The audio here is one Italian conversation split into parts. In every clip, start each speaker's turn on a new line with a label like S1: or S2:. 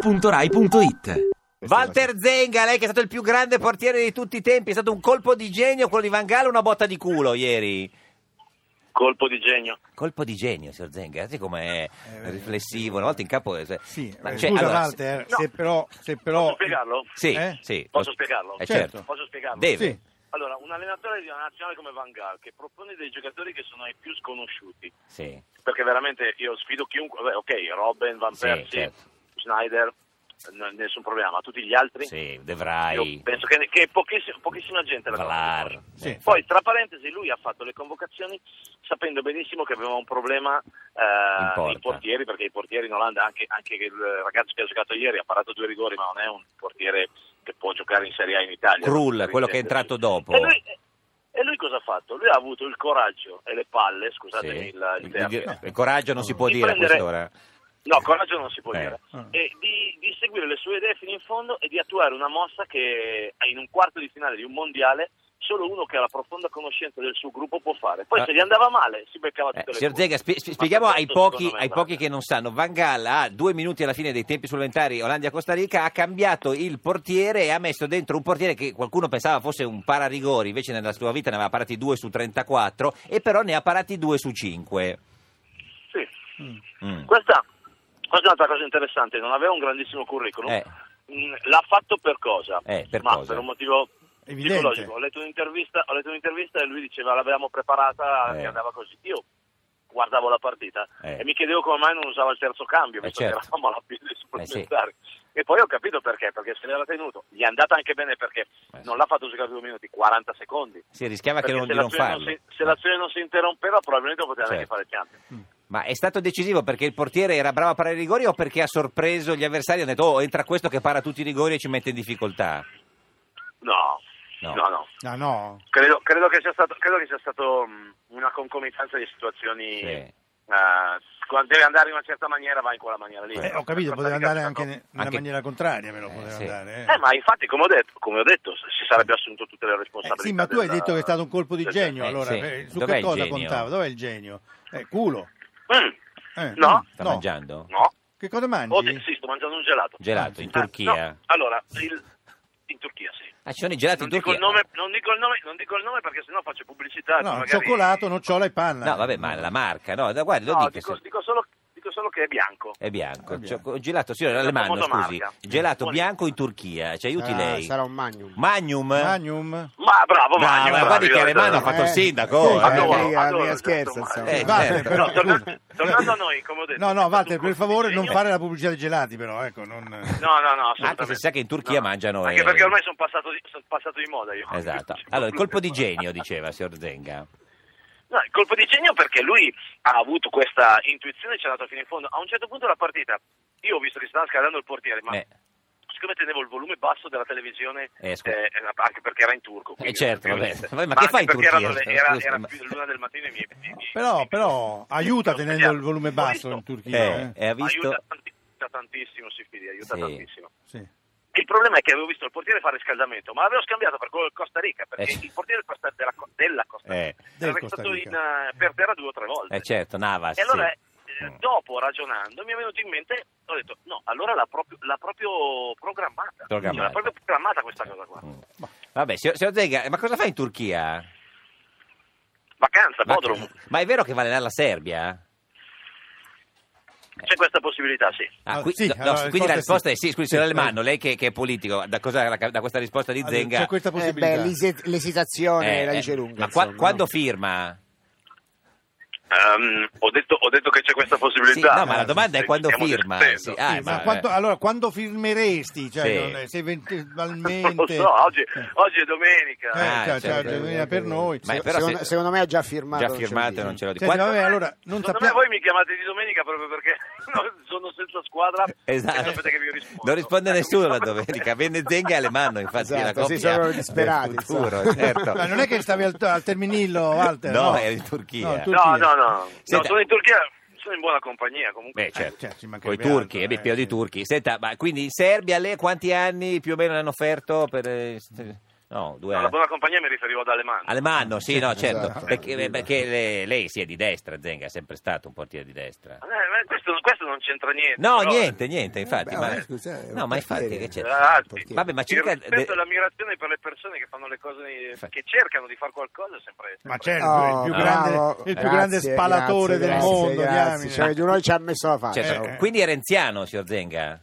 S1: radio2pod.rai.it
S2: Walter Zenga, lei che è stato il più grande portiere di tutti i tempi, è stato un colpo di genio quello di Van Gaal o una botta di culo ieri?
S3: Colpo di genio.
S2: Colpo di genio, signor Zenga, sì come è riflessivo, una volta in campo... eh,
S4: Eh, Sì,
S2: ma
S4: eh,
S2: cioè,
S4: scusa
S2: allora,
S4: Walter,
S3: no.
S4: se però... Se però
S3: Posso spiegarlo?
S2: Sì,
S4: Eh?
S2: sì.
S3: Posso spiegarlo?
S2: Eh, certo.
S3: Posso spiegarlo?
S2: Deve.
S4: Sì.
S3: Allora, un allenatore di una nazionale come Van Gaal che propone dei giocatori che sono ai più sconosciuti,
S2: Sì.
S3: perché veramente io sfido chiunque, vabbè, ok, Robben, Van
S2: Sì,
S3: Persie,
S2: certo.
S3: Schneider, n- nessun problema, ma tutti gli altri?
S2: Sì, De
S3: Io
S2: Vrij,
S3: penso che, che pochissima, pochissima gente la
S2: Valar. eh,
S3: conosce.
S4: Sì.
S3: Poi, tra parentesi, lui ha fatto le convocazioni sapendo benissimo che aveva un
S2: In
S3: problema eh,
S2: porta.
S3: nei portieri, perché i portieri in Olanda, anche, anche il ragazzo che ha giocato ieri, ha parato due rigori, ma non è un portiere che può giocare in Serie A in Italia.
S2: Krull,
S3: Per
S2: quello che è
S3: intenderci.
S2: entrato dopo.
S3: E lui, e lui cosa ha fatto? Lui ha avuto il coraggio e le palle,
S2: Sì.
S3: scusatemi il, il
S2: Di-
S3: termine,
S2: di- il coraggio non si può
S3: Di
S2: dire a
S3: prendere-
S2: quest'ora.
S3: No, coraggio non si può
S2: Eh.
S3: dire.
S4: Ah.
S3: E di, di seguire le sue idee fino in fondo e di attuare una mossa che in un quarto di finale di un mondiale solo uno che ha la profonda conoscenza del suo gruppo può fare. Poi
S2: Ah.
S3: se gli andava male si beccava
S2: Eh,
S3: tutte le
S2: signor
S3: curve.
S2: Zega, spie- spie-
S3: Ma
S2: spieghiamo ai
S3: questo, secondo
S2: pochi,
S3: me,
S2: ai
S3: guarda,
S2: pochi che non sanno. Van Gaal a due minuti alla fine dei tempi supplementari Olanda-Costa Rica ha cambiato il portiere e ha messo dentro un portiere che qualcuno pensava fosse un pararigori, invece nella sua vita ne aveva parati due su 34 e però ne ha parati due su Mm. 5.
S3: sì.
S4: Mm,
S3: Questa, questa è un'altra cosa interessante, non aveva un grandissimo curriculum.
S2: Eh.
S3: Mm, L'ha fatto per cosa?
S2: Eh, per
S3: Ma
S2: cosa?
S3: per un motivo
S4: Evidente.
S3: psicologico. Ho letto, un'intervista, ho letto un'intervista e lui diceva l'avevamo preparata
S2: Eh.
S3: e andava così. Io guardavo la partita
S2: Eh.
S3: e mi chiedevo come mai non usava il terzo cambio,
S2: Eh,
S3: visto
S2: certo.
S3: che eravamo alla fine dei
S2: Eh, sì.
S3: supplementari. E poi ho capito perché, perché se l'era tenuto. Gli è andata anche bene perché
S2: Eh, sì.
S3: non l'ha fatto giocare due minuti, 40 secondi.
S2: Si rischiava che
S3: Perché
S2: non,
S3: se
S2: di non
S3: l'azione
S2: farlo.
S3: non si- se l'azione non si interrompeva probabilmente poteva anche
S2: Certo.
S3: fare il cambio.
S2: Ma è stato decisivo perché il portiere era bravo a parare i rigori o perché ha sorpreso gli avversari e hanno detto oh entra questo che para tutti i rigori e ci mette in difficoltà?
S3: No,
S2: No.
S3: no, no.
S4: No, no.
S3: Credo, credo che sia stato, credo che sia stato mh, una concomitanza di situazioni.
S2: Sì.
S3: eh, quando deve andare in una certa maniera, va in quella maniera lì.
S4: Eh, ho capito,
S3: Per
S4: poteva
S3: praticare
S4: andare
S3: questa
S4: anche
S3: cosa.
S4: ne- nella
S2: Anche-
S4: maniera contraria, però
S2: Eh,
S4: poteva
S2: sì.
S4: andare.
S3: Eh, ma infatti, come ho detto, come ho detto, s- si sarebbe assunto tutte le
S4: Eh,
S3: responsabilità.
S4: sì, ma tu hai
S3: della-
S4: detto che è stato un colpo di
S3: del-
S4: genio,
S2: Eh,
S4: allora
S2: sì.
S4: per- su
S2: Dov'è
S4: che
S2: il
S4: cosa
S2: genio?
S4: contava? Dov'è il genio? Eh, culo.
S3: Mm,
S4: Eh,
S3: No.
S2: Sta mangiando?
S3: no,
S4: Che cosa
S3: Ho de-
S4: mangi?
S3: sì, esatto, sto mangiando un gelato.
S2: Gelato, in
S3: Ah,
S2: Turchia.
S3: no, allora, il- in Turchia, sì.
S2: Ah, ci sono i gelati
S3: Non
S2: in
S3: dico,
S2: Turchia?
S3: il nome, non, dico il nome, non dico il nome perché sennò faccio pubblicità.
S4: No,
S3: magari-
S4: cioccolato, nocciola e panna.
S2: No, vabbè, ma la marca, no, da- guardi, lo
S3: No,
S2: dica.
S3: dico,
S2: se-
S3: dico solo, dico solo che è bianco.
S2: È bianco,
S4: È bianco.
S2: Cioè, gelato, signor
S3: È una
S2: Alemanno, scusi,
S3: monomarca.
S2: gelato
S3: Buoni-
S2: bianco in Turchia, ci aiuti
S5: Ah,
S2: lei.
S5: Sarà un magnum.
S2: Magnum?
S4: Magnum.
S3: Ma bravo,
S2: No,
S3: Magno,
S2: ma
S3: bravi,
S2: guardi che
S3: guarda.
S2: Alemanno ha fatto il
S4: Eh,
S2: sindaco.
S4: sì,
S2: eh.
S5: Ah,
S3: Adoro,
S5: mica- mica
S3: adoro,
S5: scherza,
S3: certo,
S5: insomma.
S2: Eh,
S4: Vabbè,
S2: certo.
S4: però,
S3: Torna-
S4: scusa.
S3: tornando a noi, come ho detto.
S4: No, no, Walter, per favore non
S3: Io-
S4: fare la pubblicità dei gelati, però, ecco, non...
S3: No, no, no, assolutamente.
S2: Anche se sa che in Turchia mangiano,
S3: Anche
S2: eh.
S3: perché ormai sono passato, di, sono passato di moda io.
S2: Esatto. Allora, il colpo di genio, diceva signor Zenga.
S3: No, il colpo di genio perché lui ha avuto questa intuizione e ci è andato fino in fondo. A un certo punto della partita, io ho visto che stava scaldando il portiere, ma
S2: Eh,
S3: siccome tenevo il volume basso della televisione,
S2: Eh, scusa.
S3: eh, anche perché era in turco. quindi-
S2: certo, vabbè.
S3: ovviamente.
S2: Vabbè, ma che
S3: anche
S2: fai in
S3: perché
S2: Turchia?
S3: erano le- Era, era
S2: Scusa,
S3: più l'una del mattino e mi... mi- mi-
S4: Però,
S3: mi-
S4: però, aiuta
S3: mi-
S4: tenendo il volume basso in Turchia.
S2: eh,
S4: eh.
S2: e ha visto...
S3: Aiuta, tanti- aiuta tantissimo, si fidi, aiuta
S2: Sì.
S3: tantissimo.
S4: Sì.
S3: Il problema è che avevo visto il portiere fare riscaldamento, ma l'avevo scambiato per quello del Costa Rica, perché
S2: Eh.
S3: il portiere del Costa- della, Co- della Costa Rica
S2: Eh,
S4: Del
S3: era
S4: Costa
S3: stato in,
S4: Rica.
S3: eh, per terra due o tre volte.
S2: eh, certo, Navas.
S3: E allora,
S2: sì.
S3: eh, dopo ragionando, mi è venuto in mente, ho detto, no, allora l'ha proprio, l'ha proprio programmata.
S2: Programmata.
S3: Cioè, l'ha proprio programmata questa cosa qua.
S2: Mm. Vabbè, signor, signor Zenga, ma cosa fa in Turchia?
S3: Vacanza,
S2: Ma-
S3: Bodrum.
S2: ma è vero che va a allenare la Serbia? eh.
S3: C'è questa possibilità, sì.
S2: Ah,
S4: Ah,
S2: qui-
S4: sì,
S2: no,
S4: allora,
S2: quindi la
S4: risposta
S2: risposta
S4: è sì.
S2: è sì, scusi,
S4: Sì,
S2: signor
S4: eh.
S2: Alemanno, lei che, che è politico, da, cosa- da questa risposta di
S4: Allora,
S2: Zenga...
S4: Ah, C'è questa
S5: Eh,
S4: possibilità.
S5: beh, l'esi- l'esitazione
S2: Eh,
S5: la
S2: eh,
S5: dice lunga.
S2: Ma qua-
S5: insomma,
S2: quando
S5: no?
S2: firma?
S3: Ehm, ho, detto, ho detto che c'è questa possibilità.
S2: Sì, no, ma la domanda è quando
S3: Stiamo
S2: firma.
S3: discutendo.
S2: Sì, ah,
S4: Sì, ma
S2: ma-
S4: quanto- allora, quando firmeresti? Cioè,
S2: Sì.
S4: non è- se
S3: Non lo
S4: eventualmente...
S3: so, oggi,
S4: Eh,
S3: oggi è domenica.
S2: Ah,
S4: cioè,
S2: certo.
S4: cioè, domenica per noi.
S2: Ma
S4: Se-
S2: eh, però
S5: Eh, secondo,
S2: se-
S5: secondo me ha già firmato.
S2: Già firmato, non ce lo dico.
S4: Senti, vabbè, eh, allora, non
S3: Secondo
S4: sappiamo...
S3: me voi mi chiamate di domenica proprio perché no, sono senza squadra e Eh, sapete che vi rispondo.
S2: esatto. Non risponde nessuno la
S3: Ecco.
S2: domenica, venne Zenga e Alemanno, infatti
S5: Esatto,
S2: la
S5: sì,
S2: coppia
S5: sono
S2: del
S5: disperati,
S2: futuro,
S5: insomma.
S2: certo.
S4: Ma non è che stavi al, al terminillo, Walter?
S2: No, eri in Turchia.
S4: No, in
S3: No, no, no.
S2: Senta.
S3: No, sono in Turchia, sono in buona compagnia comunque.
S2: Beh, certo.
S4: Cioè, ci
S2: Con i
S4: mancherebbe
S2: turchi,
S4: altro,
S2: è
S4: eh,
S2: pieno di
S4: sì.
S2: turchi. Senta, ma quindi in Serbia lei quanti anni più o meno l'hanno offerto per... eh, No, due
S3: No, la
S2: anni.
S3: buona compagnia mi riferivo ad Alemanno.
S2: Alemanno, sì, no, certo.
S5: esatto.
S2: Perché, perché le- lei, si è di destra, Zenga è sempre stato un portiere di destra.
S3: a me, a me eh, questo, questo non c'entra niente.
S2: No,
S3: però-
S2: niente, niente, infatti.
S5: beh,
S2: ma-
S5: eh, scusa, eh,
S2: no, ma infatti
S5: perché-
S2: che c'è?
S3: Ah, sì.
S5: Perché-
S2: Vabbè, ma circa...
S3: Il rispetto e
S2: de-
S3: l'ammirazione per le persone che fanno le cose,
S2: Fa-
S3: che cercano di fare qualcosa è sempre...
S4: Ma
S3: sempre-
S4: certo,
S5: Oh,
S4: il più
S2: no.
S4: grande,
S5: bravo,
S4: il più
S5: grazie,
S4: grande spalatore
S5: grazie,
S4: del
S5: grazie,
S4: mondo. Eh,
S5: grazie.
S4: diamine.
S5: Cioè, di noi ci ha messo la faccia.
S2: certo.
S5: oh.
S2: Quindi è renziano, signor Zenga?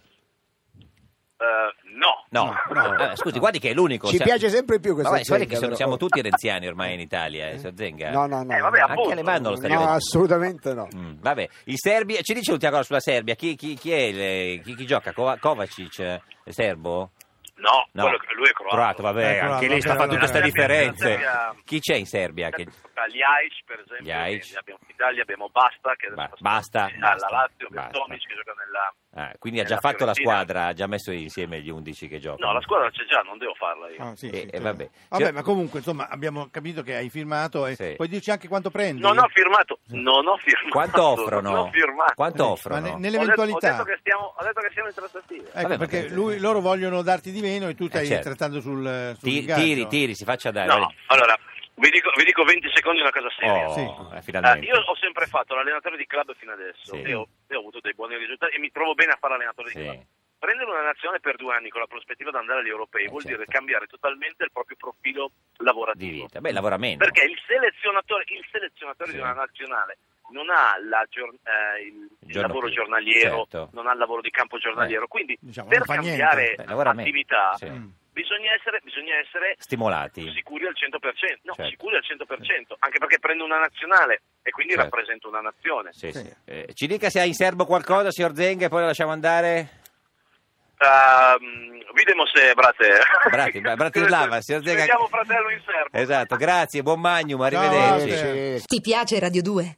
S3: Eh, no.
S2: No,
S4: no.
S2: Vabbè, scusi, guardi che è l'unico.
S5: Ci
S2: sa-
S5: piace sempre più questo
S2: Vabbè, guardi che sono-
S5: Zenga, però.
S2: siamo tutti renziani ormai in Italia, eh, signor Zenga.
S5: No, no, no.
S3: Eh, vabbè,
S5: no.
S2: Anche Alemanno lo sta
S5: No,
S2: diventando.
S5: assolutamente no.
S2: Mm, vabbè, I serbi, ci dice l'ultima cosa sulla Serbia? Chi, chi- chi è il- chi, chi gioca? Kova- Kovacic, eh, è serbo?
S3: No, quello che- lui è croato.
S2: vabbè,
S4: È croato,
S2: anche lì sta
S4: vabbè,
S2: facendo
S4: vabbè.
S2: questa differenza.
S3: La Serbia-
S2: Chi c'è in Serbia? Che...
S3: Gli Aish, per esempio,
S2: Gli Aish.
S3: che abbiamo- in Italia abbiamo Basta, che
S2: Ba-
S3: adesso
S2: Basta,
S3: sta alla
S2: basta,
S3: Lazio, abbiamo
S2: basta.
S3: Tomic che gioca nella...
S2: Ah, quindi ha
S3: Nella
S2: già fatto la
S3: Fiorentina.
S2: squadra, ha già messo insieme gli 11 che giocano.
S3: No, la squadra c'è già, non devo farla io.
S4: Ah, sì,
S2: Eh,
S4: sì,
S2: eh,
S4: certo.
S2: vabbè.
S4: Vabbè,
S2: Signor-
S4: ma comunque insomma abbiamo capito che hai firmato e
S2: Sì.
S4: puoi dirci anche quanto prendi?
S3: Non ho firmato, non ho firmato.
S2: Quanto
S3: Non ho
S2: offrono?
S3: firmato.
S2: Quanto
S4: Ma
S2: offrono?
S4: ne-
S3: Ho detto-
S4: nell'eventualità.
S3: Ho detto, che stiamo, ho detto che siamo in trattativa.
S4: Ecco,
S2: Vabbè,
S4: perché
S2: ma-
S4: lui- loro vogliono darti di meno e tu stai
S2: certo.
S4: trattando sul, eh, sul
S2: Ti-
S4: ingaggio.
S2: tiri, tiri, si faccia dare.
S3: No, allora, vi dico, vi dico 20 secondi una cosa seria.
S2: Oh,
S4: Sì.
S2: eh,
S3: Ah,
S2: finalmente.
S3: io ho sempre fatto l'allenatore di club fino adesso
S2: Sì.
S3: e, ho, e ho avuto dei buoni risultati e mi trovo bene a fare allenatore di
S2: Sì.
S3: club. Prendere una nazionale per due anni con la prospettiva di andare agli europei
S2: Eh,
S3: vuol
S2: certo.
S3: dire cambiare totalmente il proprio profilo
S2: Di
S3: lavorativo.
S2: vita. Beh, lavora meno.
S3: Perché il selezionatore, il selezionatore
S2: Sì.
S3: di una nazionale non ha la gior- eh, il, il
S2: Giorno
S3: lavoro
S2: più,
S3: giornaliero,
S2: certo.
S3: non ha il lavoro di campo giornaliero,
S2: Eh.
S3: quindi
S4: Diciamo,
S3: per
S4: non fa niente.
S3: cambiare
S2: Beh, lavora meno.
S3: attività
S2: Sì.
S4: Mm.
S3: bisogna essere, bisogna essere
S2: Stimolati.
S3: sicuri al 100%, no,
S2: Certo.
S3: sicuri al 100%, anche perché prendo una nazionale e quindi
S2: Certo.
S3: rappresento una nazione.
S2: Sì, sì.
S4: Sì.
S2: Eh, ci dica se ha in serbo qualcosa, signor Zenga, e poi la lasciamo andare.
S3: Ehm, vidimo se brate.
S2: Brati, bra- Bratislava, signor
S3: Ci
S2: Zenga.
S3: vediamo fratello in serbo.
S2: Esatto, grazie, buon magnum,
S4: Ciao,
S2: arrivederci.
S4: Walter.
S5: Sì.
S1: Ti piace Radio 2?